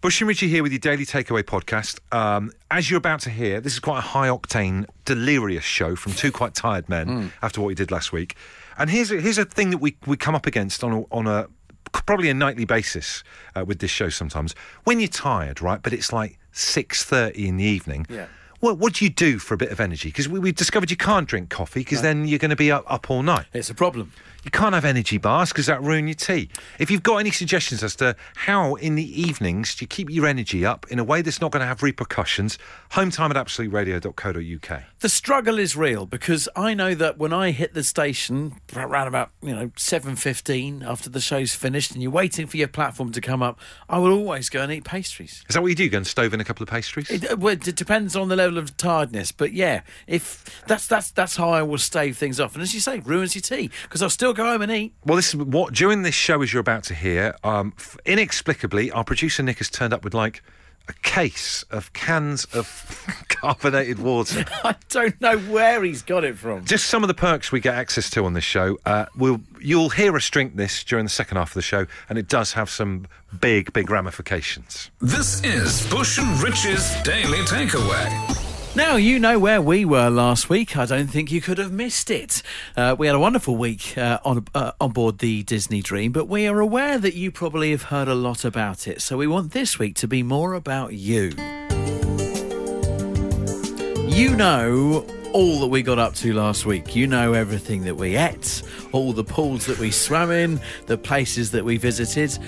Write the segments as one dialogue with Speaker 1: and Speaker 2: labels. Speaker 1: Bush and Richie here with your daily takeaway podcast. Um, as you're about to hear, this is quite a high octane, delirious show from two quite tired men after what we did last week. And here's a, here's a thing that we, we come up against on a, on a probably a nightly basis uh, with this show sometimes. When you're tired, right? But it's like six thirty in the evening.
Speaker 2: Yeah.
Speaker 1: What, what do you do for a bit of energy? Because we, we discovered you can't drink coffee because then you're going to be up, up all night.
Speaker 2: It's a problem.
Speaker 1: You can't have energy bars because that ruin your tea. If you've got any suggestions as to how in the evenings do you keep your energy up in a way that's not going to have repercussions, hometime at absoluteradio.co.uk.
Speaker 2: The struggle is real because I know that when I hit the station around about you know seven fifteen after the show's finished and you're waiting for your platform to come up, I will always go and eat pastries.
Speaker 1: Is that what you do? Go and stove in a couple of pastries?
Speaker 2: It, uh, well, it depends on the level of tiredness, but yeah, if that's that's that's how I will stave things off. And as you say, ruins your tea because I'll still go home and eat.
Speaker 1: Well, this is what during this show, as you're about to hear, um, f- inexplicably, our producer Nick has turned up with like a case of cans of carbonated water.
Speaker 2: I don't know where he's got it from.
Speaker 1: Just some of the perks we get access to on this show. Uh, we'll you'll hear us drink this during the second half of the show, and it does have some big, big ramifications.
Speaker 3: This is Bush and Rich's Daily Takeaway.
Speaker 2: Now, you know where we were last week. I don't think you could have missed it. Uh, we had a wonderful week uh, on, uh, on board the Disney Dream, but we are aware that you probably have heard a lot about it. So we want this week to be more about you. You know all that we got up to last week. You know everything that we ate, all the pools that we swam in, the places that we visited.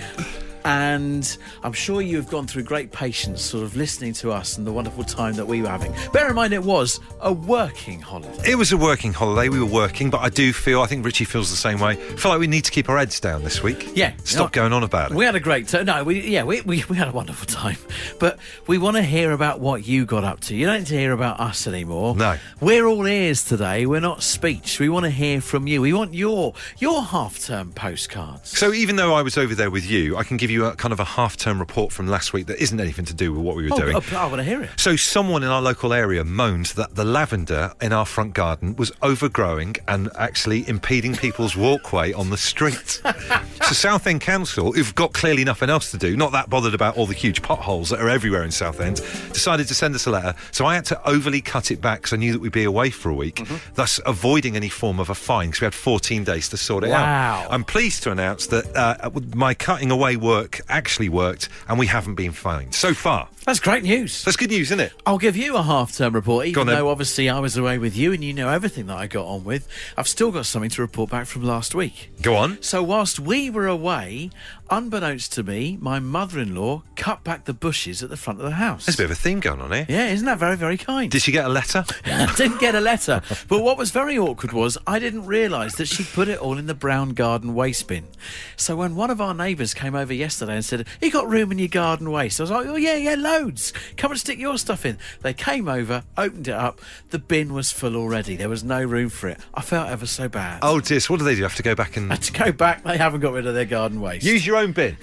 Speaker 2: And I'm sure you have gone through great patience, sort of listening to us and the wonderful time that we were having. Bear in mind, it was a working holiday.
Speaker 1: It was a working holiday. We were working, but I do feel, I think Richie feels the same way. I feel like we need to keep our heads down this week.
Speaker 2: Yeah.
Speaker 1: Stop
Speaker 2: No,
Speaker 1: going on about it.
Speaker 2: We had a great time. No, we yeah, we, we, we had a wonderful time. But we want to hear about what you got up to. You don't need to hear about us anymore.
Speaker 1: No.
Speaker 2: We're all ears today. We're not speech. We want to hear from you. We want your your half term postcards.
Speaker 1: So even though I was over there with you, I can give you a kind of a half-term report from last week that isn't anything to do with what we were
Speaker 2: Oh,
Speaker 1: doing.
Speaker 2: I, I want to hear it.
Speaker 1: So someone in our local area moaned that the lavender in our front garden was overgrowing and actually impeding people's walkway on the street. so Southend Council, who've got clearly nothing else to do, not that bothered about all the huge potholes that are everywhere in Southend, decided to send us a letter. So I had to overly cut it back because I knew that we'd be away for a week, thus avoiding any form of a fine because we had 14 days to sort it
Speaker 2: Wow.
Speaker 1: out. I'm pleased to announce that uh, my cutting away work actually worked and we haven't been fined so far.
Speaker 2: That's great news.
Speaker 1: That's good news, isn't it?
Speaker 2: I'll give you a half term report,
Speaker 1: Go
Speaker 2: even
Speaker 1: on then.
Speaker 2: though obviously I was away with you and you know everything that I got on with. I've still got something to report back from last week.
Speaker 1: Go on.
Speaker 2: So, whilst we were away, unbeknownst to me, my mother in law cut back the bushes at the front of the house.
Speaker 1: There's a bit of a theme going on here.
Speaker 2: yeah, isn't that very, very kind?
Speaker 1: Did she get a letter?
Speaker 2: I didn't get a letter. But what was very awkward was I didn't realise that she'd put it all in the brown garden waste bin. So when one of our neighbours came over yesterday and said, You got room in your garden waste? I was like, Oh, yeah, yeah, loads. Come and stick your stuff in. They came over, opened it up. The bin was full already. There was no room for it. I felt ever so bad.
Speaker 1: Oh dear, so what do they do? Have to go back and
Speaker 2: Had to go back, they haven't got rid of their garden waste.
Speaker 1: use your own bin.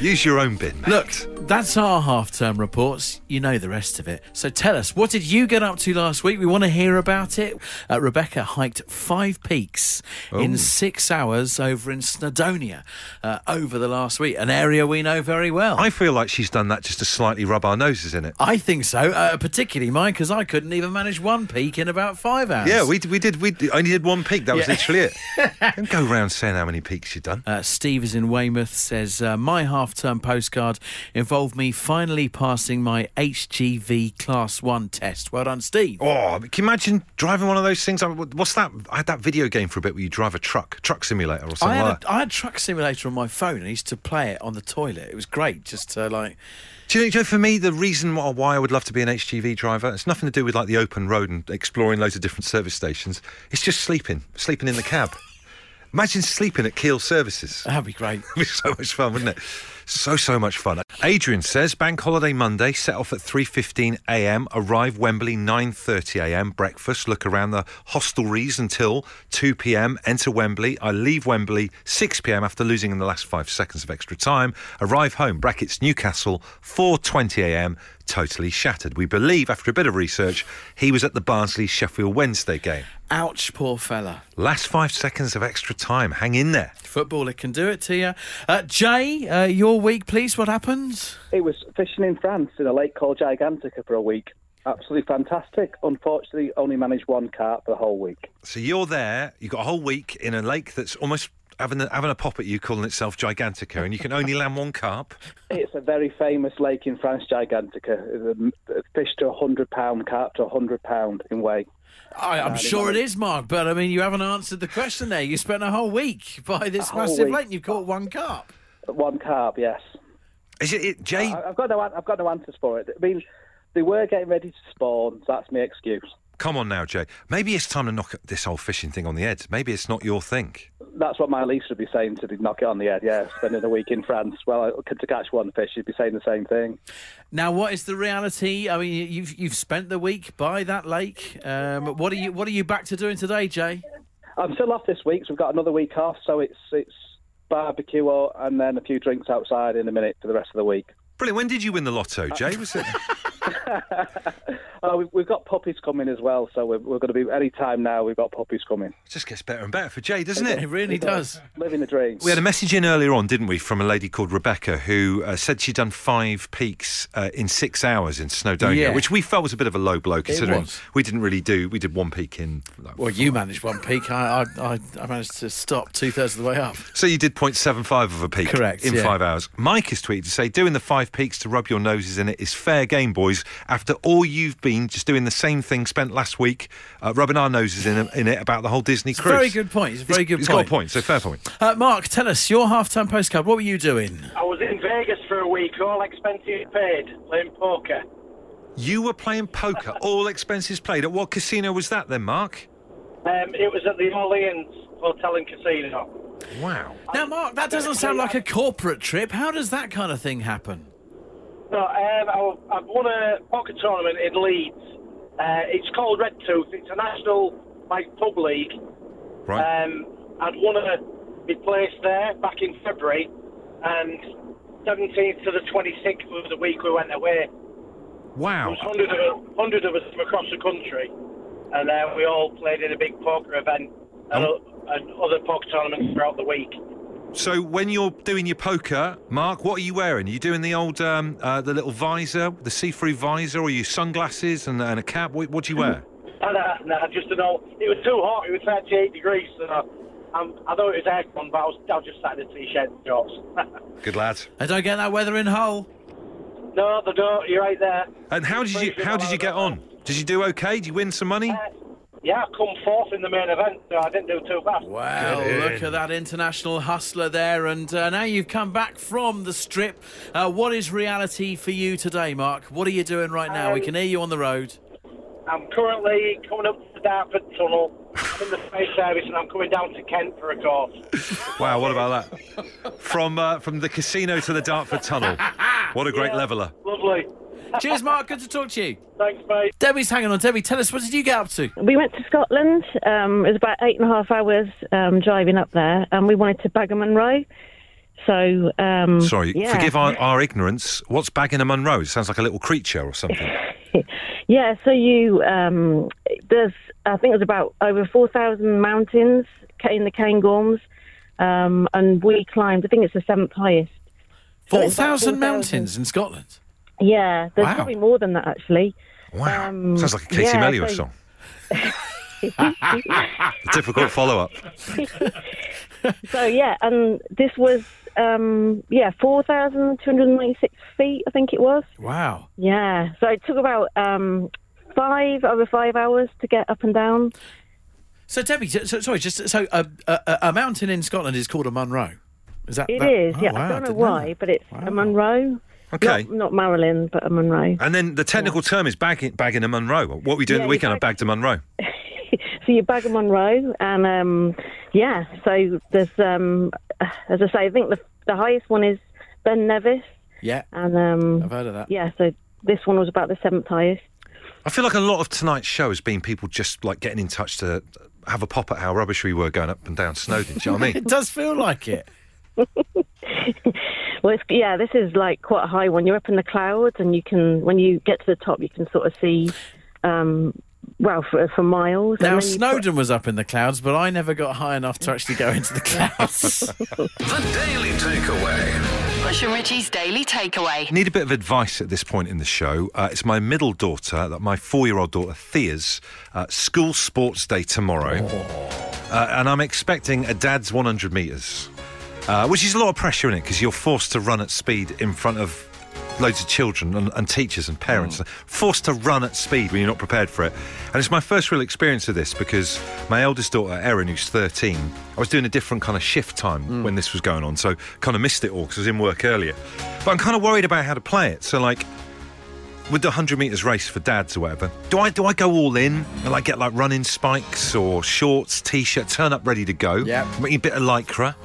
Speaker 1: use your own bin. Mate.
Speaker 2: Look, that's our half term reports. You know the rest of it. So tell us, what did you get up to last week? We want to hear about it. Uh, Rebecca hiked five peaks
Speaker 1: Oh.
Speaker 2: in six hours over in Snowdonia uh, over the last week, an area we know very well.
Speaker 1: I feel like she's done that just to slightly rub our noses in it.
Speaker 2: I think so, uh, particularly mine, because I couldn't even manage one peak in about five hours.
Speaker 1: Yeah, we, d- we did. We d- only did one peak. That was
Speaker 2: Yeah.
Speaker 1: literally it. Don't go around saying how many peaks you've done.
Speaker 2: Uh, Steve is in Weymouth, says, uh, My half term postcard involved me finally passing my HGV Class 1 test. Well done, Steve.
Speaker 1: Oh, can you imagine driving one of those things? I- What's that? I had that video game for a bit where you drive a truck, truck simulator or something
Speaker 2: I had,
Speaker 1: like that.
Speaker 2: a, I had Truck Simulator on my phone and I used to play it on the toilet. It was great just to like.
Speaker 1: Do you, know, do you know, for me, the reason why- why I would love to be an HGV driver, it's nothing to do with like the open road and exploring loads of different service stations. It's just sleeping, sleeping in the cab. Imagine sleeping at Keel Services.
Speaker 2: That'd be great.
Speaker 1: It'd be so much fun, wouldn't it? So so much fun. Adrian says bank holiday Monday. Set off at 3:15 a.m. Arrive Wembley 9:30 a.m. Breakfast. Look around the hostelries until 2 p.m. Enter Wembley. I leave Wembley 6 p.m. after losing in the last five seconds of extra time. Arrive home. Brackets Newcastle 4:20 a.m. Totally shattered. We believe after a bit of research he was at the Barnsley Sheffield Wednesday game.
Speaker 2: Ouch, poor fella.
Speaker 1: Last five seconds of extra time. Hang in there.
Speaker 2: Footballer can do it to you. Uh, Jay, uh, your full week, please? What happened?
Speaker 4: It was fishing in France in a lake called Gigantica for a week. Absolutely fantastic. Unfortunately, only managed one cart for the whole week.
Speaker 1: So you're there. You've got a whole week in a lake that's almost having a, having a pop at you, calling itself Gigantica, and you can only land one carp.
Speaker 4: It's a very famous lake in France, Gigantica. The Fish to a hundred pound, carp to a hundred pound in weight.
Speaker 2: I, I'm sure it is, Mark, but I mean, you haven't answered the question there. You spent a whole week by this
Speaker 4: whole
Speaker 2: massive
Speaker 4: week.
Speaker 2: lake and you've caught one carp.
Speaker 4: One carp, yes.
Speaker 1: Is it, it Jay?
Speaker 2: Uh,
Speaker 4: I- I've got no, an- I've got no answers for it. I mean, they were getting ready to spawn. So that's my excuse.
Speaker 1: come on now, Jay. Maybe it's time to knock this whole fishing thing on the head. Maybe it's not your thing.
Speaker 4: That's what my lease would be saying to the knock it on the head. Yeah, spending a week in France. Well, I- to catch one fish, you'd be saying the same thing.
Speaker 2: Now, what is the reality? I mean, you've you've spent the week by that lake. Um, what are you What are you back to doing today, Jay?
Speaker 4: I'm still off this week, Um, so we've got another week off. So it's it's barbecue or, and then a few drinks outside in a minute for the rest of the week.
Speaker 1: Brilliant. When did you win the lotto,
Speaker 2: Uh,
Speaker 1: Jay? Was it?
Speaker 4: Oh, we've, we've got puppies coming as well, so we're, we're going to be any time now. We've got puppies coming.
Speaker 1: It just gets better and better for Jay, doesn't
Speaker 2: It
Speaker 1: it?
Speaker 2: really does.
Speaker 4: Living the dream.
Speaker 1: We had a message in earlier on, didn't we, from a lady called Rebecca who uh, said she'd done five peaks uh, in six hours in Snowdonia,
Speaker 2: Yeah.
Speaker 1: which we felt was a bit of a low blow considering
Speaker 2: was.
Speaker 1: we didn't really do. We did one peak in. Like,
Speaker 2: Well, you managed one peak. I I, I, I managed to stop two thirds of the way up.
Speaker 1: So you did 0.75 of a peak.
Speaker 2: Correct,
Speaker 1: In
Speaker 2: yeah.
Speaker 1: five hours. Mike has tweeted to say, doing the five peaks to rub your noses in it is fair game, boys. After all you've been just doing the same thing spent last week, uh, rubbing our noses in, in it about the whole Disney cruise.
Speaker 2: Very good point. It's a very good
Speaker 1: He's got
Speaker 2: point.
Speaker 1: a point, so fair point.
Speaker 2: Uh, Mark, tell us your half-time postcard. What were you doing?
Speaker 5: I was in Vegas for a week, all expenses paid, playing poker.
Speaker 1: You were playing poker, all expenses played. At what casino was that then, Mark?
Speaker 5: Um, it was at the Orleans Hotel and Casino.
Speaker 1: Wow.
Speaker 2: Now, Mark, that doesn't sound like a corporate trip. How does that kind of thing happen?
Speaker 5: No, um, I, I've won a poker tournament in Leeds. Uh, it's called Red Tooth. It's a national like pub league.
Speaker 1: Right.
Speaker 5: Um, I'd won a my place there back in February, and 17th to the 26th was the week we went away. There
Speaker 1: wow.
Speaker 5: was 100 of, us- 100 of us from across the country, and uh, we all played in a big poker event and,
Speaker 1: Oh.
Speaker 5: o- and other poker tournaments throughout the week.
Speaker 1: So when you're doing your poker, Mark, what are you wearing? Are you doing the old, um, uh, the little visor, the see-through visor, or are you sunglasses and, and a cap? What, what do you wear?
Speaker 5: And uh, nah, just an old. It was too hot. It was 38 degrees, so um, I thought it was aircon, but I was, I was just sat in a t-shirt and shorts.
Speaker 1: Good lad.
Speaker 2: I don't get that weather in Hull.
Speaker 5: no, the door. You're right there.
Speaker 1: And how did you
Speaker 5: Please,
Speaker 1: how did you get on? Did you do okay? Did you win some money?
Speaker 5: Uh, yeah, I come fourth in the main event, so I didn't do too bad.
Speaker 2: Wow, look at that international hustler there. And uh, now you've come back from the strip. Uh, what is reality for you today, Mark? What are you doing right now? we
Speaker 5: Um,
Speaker 2: can hear you on the road.
Speaker 5: I'm currently coming up the Dartford Tunnel. I'm in the space service, and I'm coming down to Kent for a course.
Speaker 1: Wow, what about that? From uh, from the casino to the Dartford Tunnel. What a great
Speaker 5: Yeah,
Speaker 1: leveller.
Speaker 5: Lovely.
Speaker 2: Cheers, Mark. Good to talk to you.
Speaker 5: Thanks, mate.
Speaker 2: Debbie's hanging on. Debbie, tell us, what did you get up to?
Speaker 6: We went to Scotland. Um, it was about eight and a half hours um, driving up there, and we wanted to Baggerman Row. So um,
Speaker 1: Sorry,
Speaker 6: yeah.
Speaker 1: forgive our, our ignorance. What's bagging a Munro? It sounds like a little creature or something.
Speaker 6: Yeah, so you um, there's I think there's about over four thousand mountains in the Cairngorms, um, and we climbed. I think it's the seventh highest. So it's about
Speaker 2: 4,000
Speaker 6: 4,000.
Speaker 2: mountains in Scotland.
Speaker 6: Yeah, there's
Speaker 2: Wow.
Speaker 6: probably more than that actually.
Speaker 1: Wow.
Speaker 6: Um,
Speaker 1: sounds like a Katie
Speaker 6: yeah,
Speaker 1: Melua
Speaker 6: so-
Speaker 1: song. a difficult follow up.
Speaker 6: So yeah, and this was um, yeah four thousand two hundred ninety six feet. I think it was.
Speaker 2: Wow.
Speaker 6: Yeah, so it took about um, five over five hours to get up and down.
Speaker 2: So, Debbie, j- so, sorry, just so a, a, a- a mountain in Scotland is called a Munro. Is that
Speaker 6: It
Speaker 2: that-
Speaker 6: is,
Speaker 2: oh,
Speaker 6: yeah.
Speaker 2: wow,
Speaker 6: I don't know
Speaker 2: didn't
Speaker 6: why,
Speaker 2: that.
Speaker 6: but it's a Monroe.
Speaker 1: Okay.
Speaker 6: Not, not Marilyn, but a Monroe.
Speaker 1: And then the technical term is bagging, bagging a Munro. What were you doing the
Speaker 6: Yeah, you
Speaker 1: weekend?
Speaker 6: bag-
Speaker 1: I bagged a Munro.
Speaker 6: so you bag a Monroe, and um, yeah, so there's, um, as I say, I think the, the highest one is Ben Nevis,
Speaker 2: Yeah,
Speaker 6: and um,
Speaker 2: I've heard of that.
Speaker 6: yeah, so this one was about the seventh highest.
Speaker 1: I feel like a lot of tonight's show has been people just like getting in touch to have a pop at how rubbish we were going up and down Snowdon. Do you know what I mean?
Speaker 2: It does feel like it.
Speaker 6: Well, it's, yeah, this is like quite a high one. You're up in the clouds, and you can, when you get to the top, you can sort of see, um, well, for, for miles. and
Speaker 2: Now,
Speaker 6: then you-
Speaker 2: Snowden was up in the clouds, but I never got high enough to actually go into the clouds.
Speaker 3: The Daily Takeaway.
Speaker 7: Bush and Richie's Daily Takeaway.
Speaker 1: Need a bit of advice at this point in the show. Uh, it's my middle daughter, that my four-year-old daughter Thea's uh, school sports day tomorrow, uh, and I'm expecting a dad's 100 meters, uh, which is a lot of pressure in it because you're forced to run at speed in front of loads of children and, and teachers and parents. Forced to run at speed when you're not prepared for it, and it's my first real experience of this because my eldest daughter Erin, who's 13, I was doing a different kind of shift time when this was going on, so kind of missed it all because I was in work earlier. But I'm kind of worried about how to play it. So like with the 100 meters race for dads or whatever do i do i go all in and like get like running spikes or shorts t-shirt turn up ready to go
Speaker 2: Yep.
Speaker 1: maybe a bit of lycra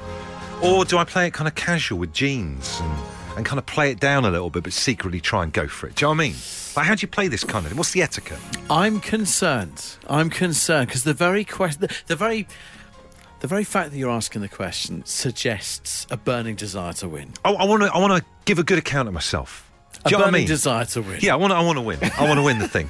Speaker 1: or do i play it kind of casual with jeans and, and kind of play it down a little bit but secretly try and go for it do you know what i mean like how do you play this kind of thing what's the etiquette
Speaker 2: I'm concerned. I'm concerned because the very question, the, the very, the very fact that you're asking the question suggests a burning desire to win.
Speaker 1: i want to i want to give a good account of myself
Speaker 2: A
Speaker 1: do you know
Speaker 2: burning
Speaker 1: what i mean
Speaker 2: desire to win.
Speaker 1: yeah i want i want to win i want to win the thing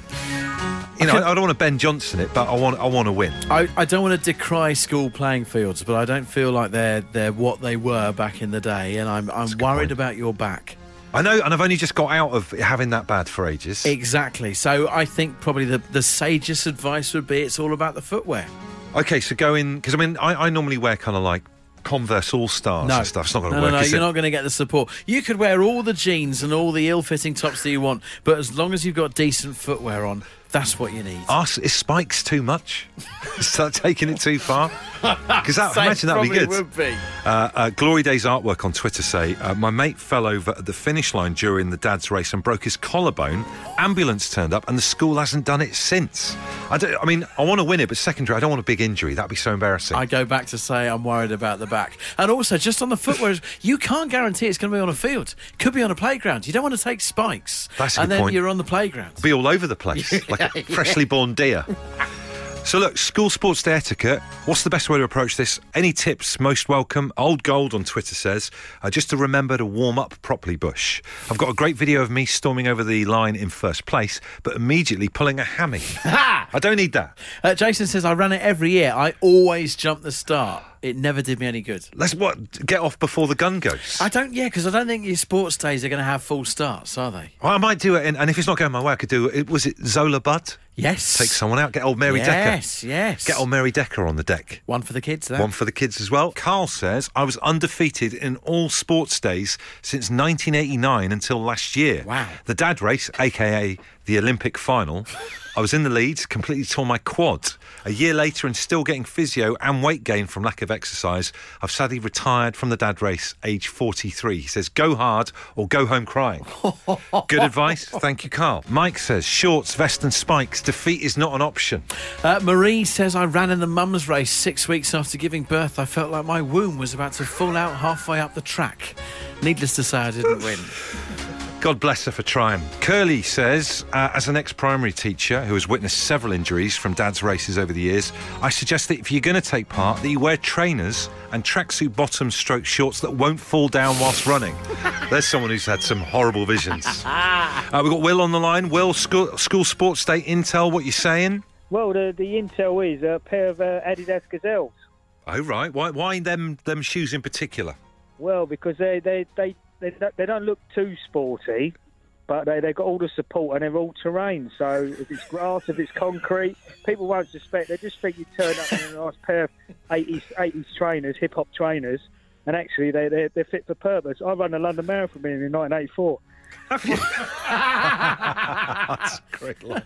Speaker 1: you know I, I don't want to ben johnson it but i want i want to win
Speaker 2: I, I don't want to decry school playing fields, but I don't feel like they're they're what they were back in the day, and I'm I'm worried
Speaker 1: point.
Speaker 2: about your back.
Speaker 1: I know, and I've only just got out of having that bad for ages.
Speaker 2: Exactly. So I think probably the, the sagest advice would be it's all about the footwear.
Speaker 1: okay, so go in because I mean, I, I normally wear kind of like Converse All Stars and stuff. Oh, It's not going to
Speaker 2: no,
Speaker 1: work.
Speaker 2: No, no,
Speaker 1: is
Speaker 2: you're
Speaker 1: it?
Speaker 2: not going to get the support. You could wear all the jeans and all the ill-fitting tops that you want, but as long as you've got decent footwear on, that's what you need.
Speaker 1: Arse- is spikes too much? Start taking it too far? Because I
Speaker 2: Say
Speaker 1: imagine that would be
Speaker 2: probably
Speaker 1: good.
Speaker 2: Would be.
Speaker 1: Uh, uh, Glory Days artwork on Twitter say uh, my mate fell over at the finish line during the dad's race and broke his collarbone. Ambulance turned up, and the school hasn't done it since. I, don't- I mean, I want to win it, but secondary, I don't want a big injury. That'd be so embarrassing.
Speaker 2: I go back to say I'm worried about the back, and also just on the footwear, you can't guarantee it's going to be on a field. Could be on a playground. You don't want to take spikes,
Speaker 1: That's a
Speaker 2: and
Speaker 1: good
Speaker 2: then
Speaker 1: point.
Speaker 2: you're on the playground.
Speaker 1: be all over the place, like a freshly born deer. So, look, school sports day etiquette. What's the best way to approach this? Any tips, most welcome. Old Gold on Twitter says, uh, just to remember to warm up properly, Bush. I've got a great video of me storming over the line in first place, but immediately pulling a hammy. I don't need that.
Speaker 2: Uh, Jason says I run it every year. I always jump the start. It never did me any good.
Speaker 1: Let's what get off before the gun goes.
Speaker 2: I don't, yeah, because I don't think your sports days are going to have full starts, are they?
Speaker 1: Well, I might do it, in, and if it's not going my way, I could do it. Was it Zola Bud?
Speaker 2: Yes.
Speaker 1: Take someone out. Get old Mary
Speaker 2: Yes,
Speaker 1: Decker.
Speaker 2: yes.
Speaker 1: Get old Mary Decker on the deck.
Speaker 2: One for the kids, there.
Speaker 1: One for the kids as well. Carl says, I was undefeated in all sports days since 1989 until last year.
Speaker 2: Wow.
Speaker 1: The dad race, aka the Olympic final, I was in the lead, completely tore my quad. A year later, and still getting physio and weight gain from lack of exercise, I've sadly retired from the dad race, age 43. He says, Go hard or go home crying. Good advice. Thank you, Carl. Mike says, Shorts, vest, and spikes. Defeat is not an option.
Speaker 2: Uh, Marie says, I ran in the mum's race six weeks after giving birth. I felt like my womb was about to fall out halfway up the track. Needless to say, I didn't win.
Speaker 1: God bless her for trying. Curly says, uh, as an ex primary teacher who has witnessed several injuries from dad's races over the years, I suggest that if you're going to take part, that you wear trainers and tracksuit bottom stroke shorts that won't fall down whilst running. There's someone who's had some horrible visions. Uh, we've got Will on the line. Will, school, school sports day intel, what you saying?
Speaker 8: Well, the, the intel is a pair of uh, Adidas Gazelles.
Speaker 1: Oh, right. Why, why them, them shoes in particular?
Speaker 8: Well, because they they they they don't, they don't look too sporty, but they they got all the support and they're all terrain. So if it's grass, if it's concrete, people won't suspect. They just think you turn up in a nice pair of 80s, 80s trainers, hip hop trainers, and actually they they they're fit for purpose. I ran the London Marathon in 1984.
Speaker 1: That's great. line.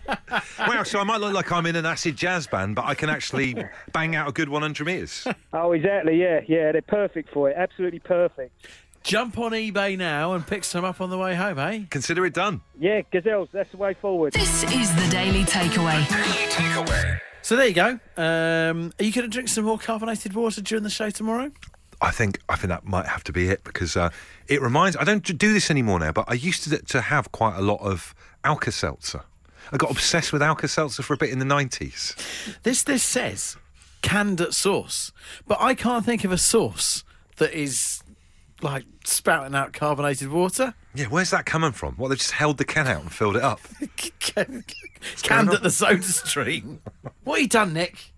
Speaker 1: wow, so I might look like I'm in an acid jazz band, but I can actually bang out a good 100 metres.
Speaker 8: Oh, exactly. Yeah, yeah. They're perfect for it. Absolutely perfect.
Speaker 2: Jump on eBay now and pick some up on the way home, eh?
Speaker 1: Consider it done.
Speaker 8: Yeah, Gazelles. That's the way forward.
Speaker 7: This is the Daily Takeaway.
Speaker 3: Daily Takeaway.
Speaker 2: So there you go. Um, are you going to drink some more carbonated water during the show tomorrow?
Speaker 1: I think I think that might have to be it because uh, it reminds. I don't do this anymore now, but I used to to have quite a lot of Alka Seltzer. I got obsessed with Alka Seltzer for a bit in the nineties.
Speaker 2: This this says canned at sauce, but I can't think of a sauce that is like spouting out carbonated water.
Speaker 1: Yeah, where's that coming from? Well, they just held the can out and filled it up.
Speaker 2: canned at the soda stream. What have you done, Nick?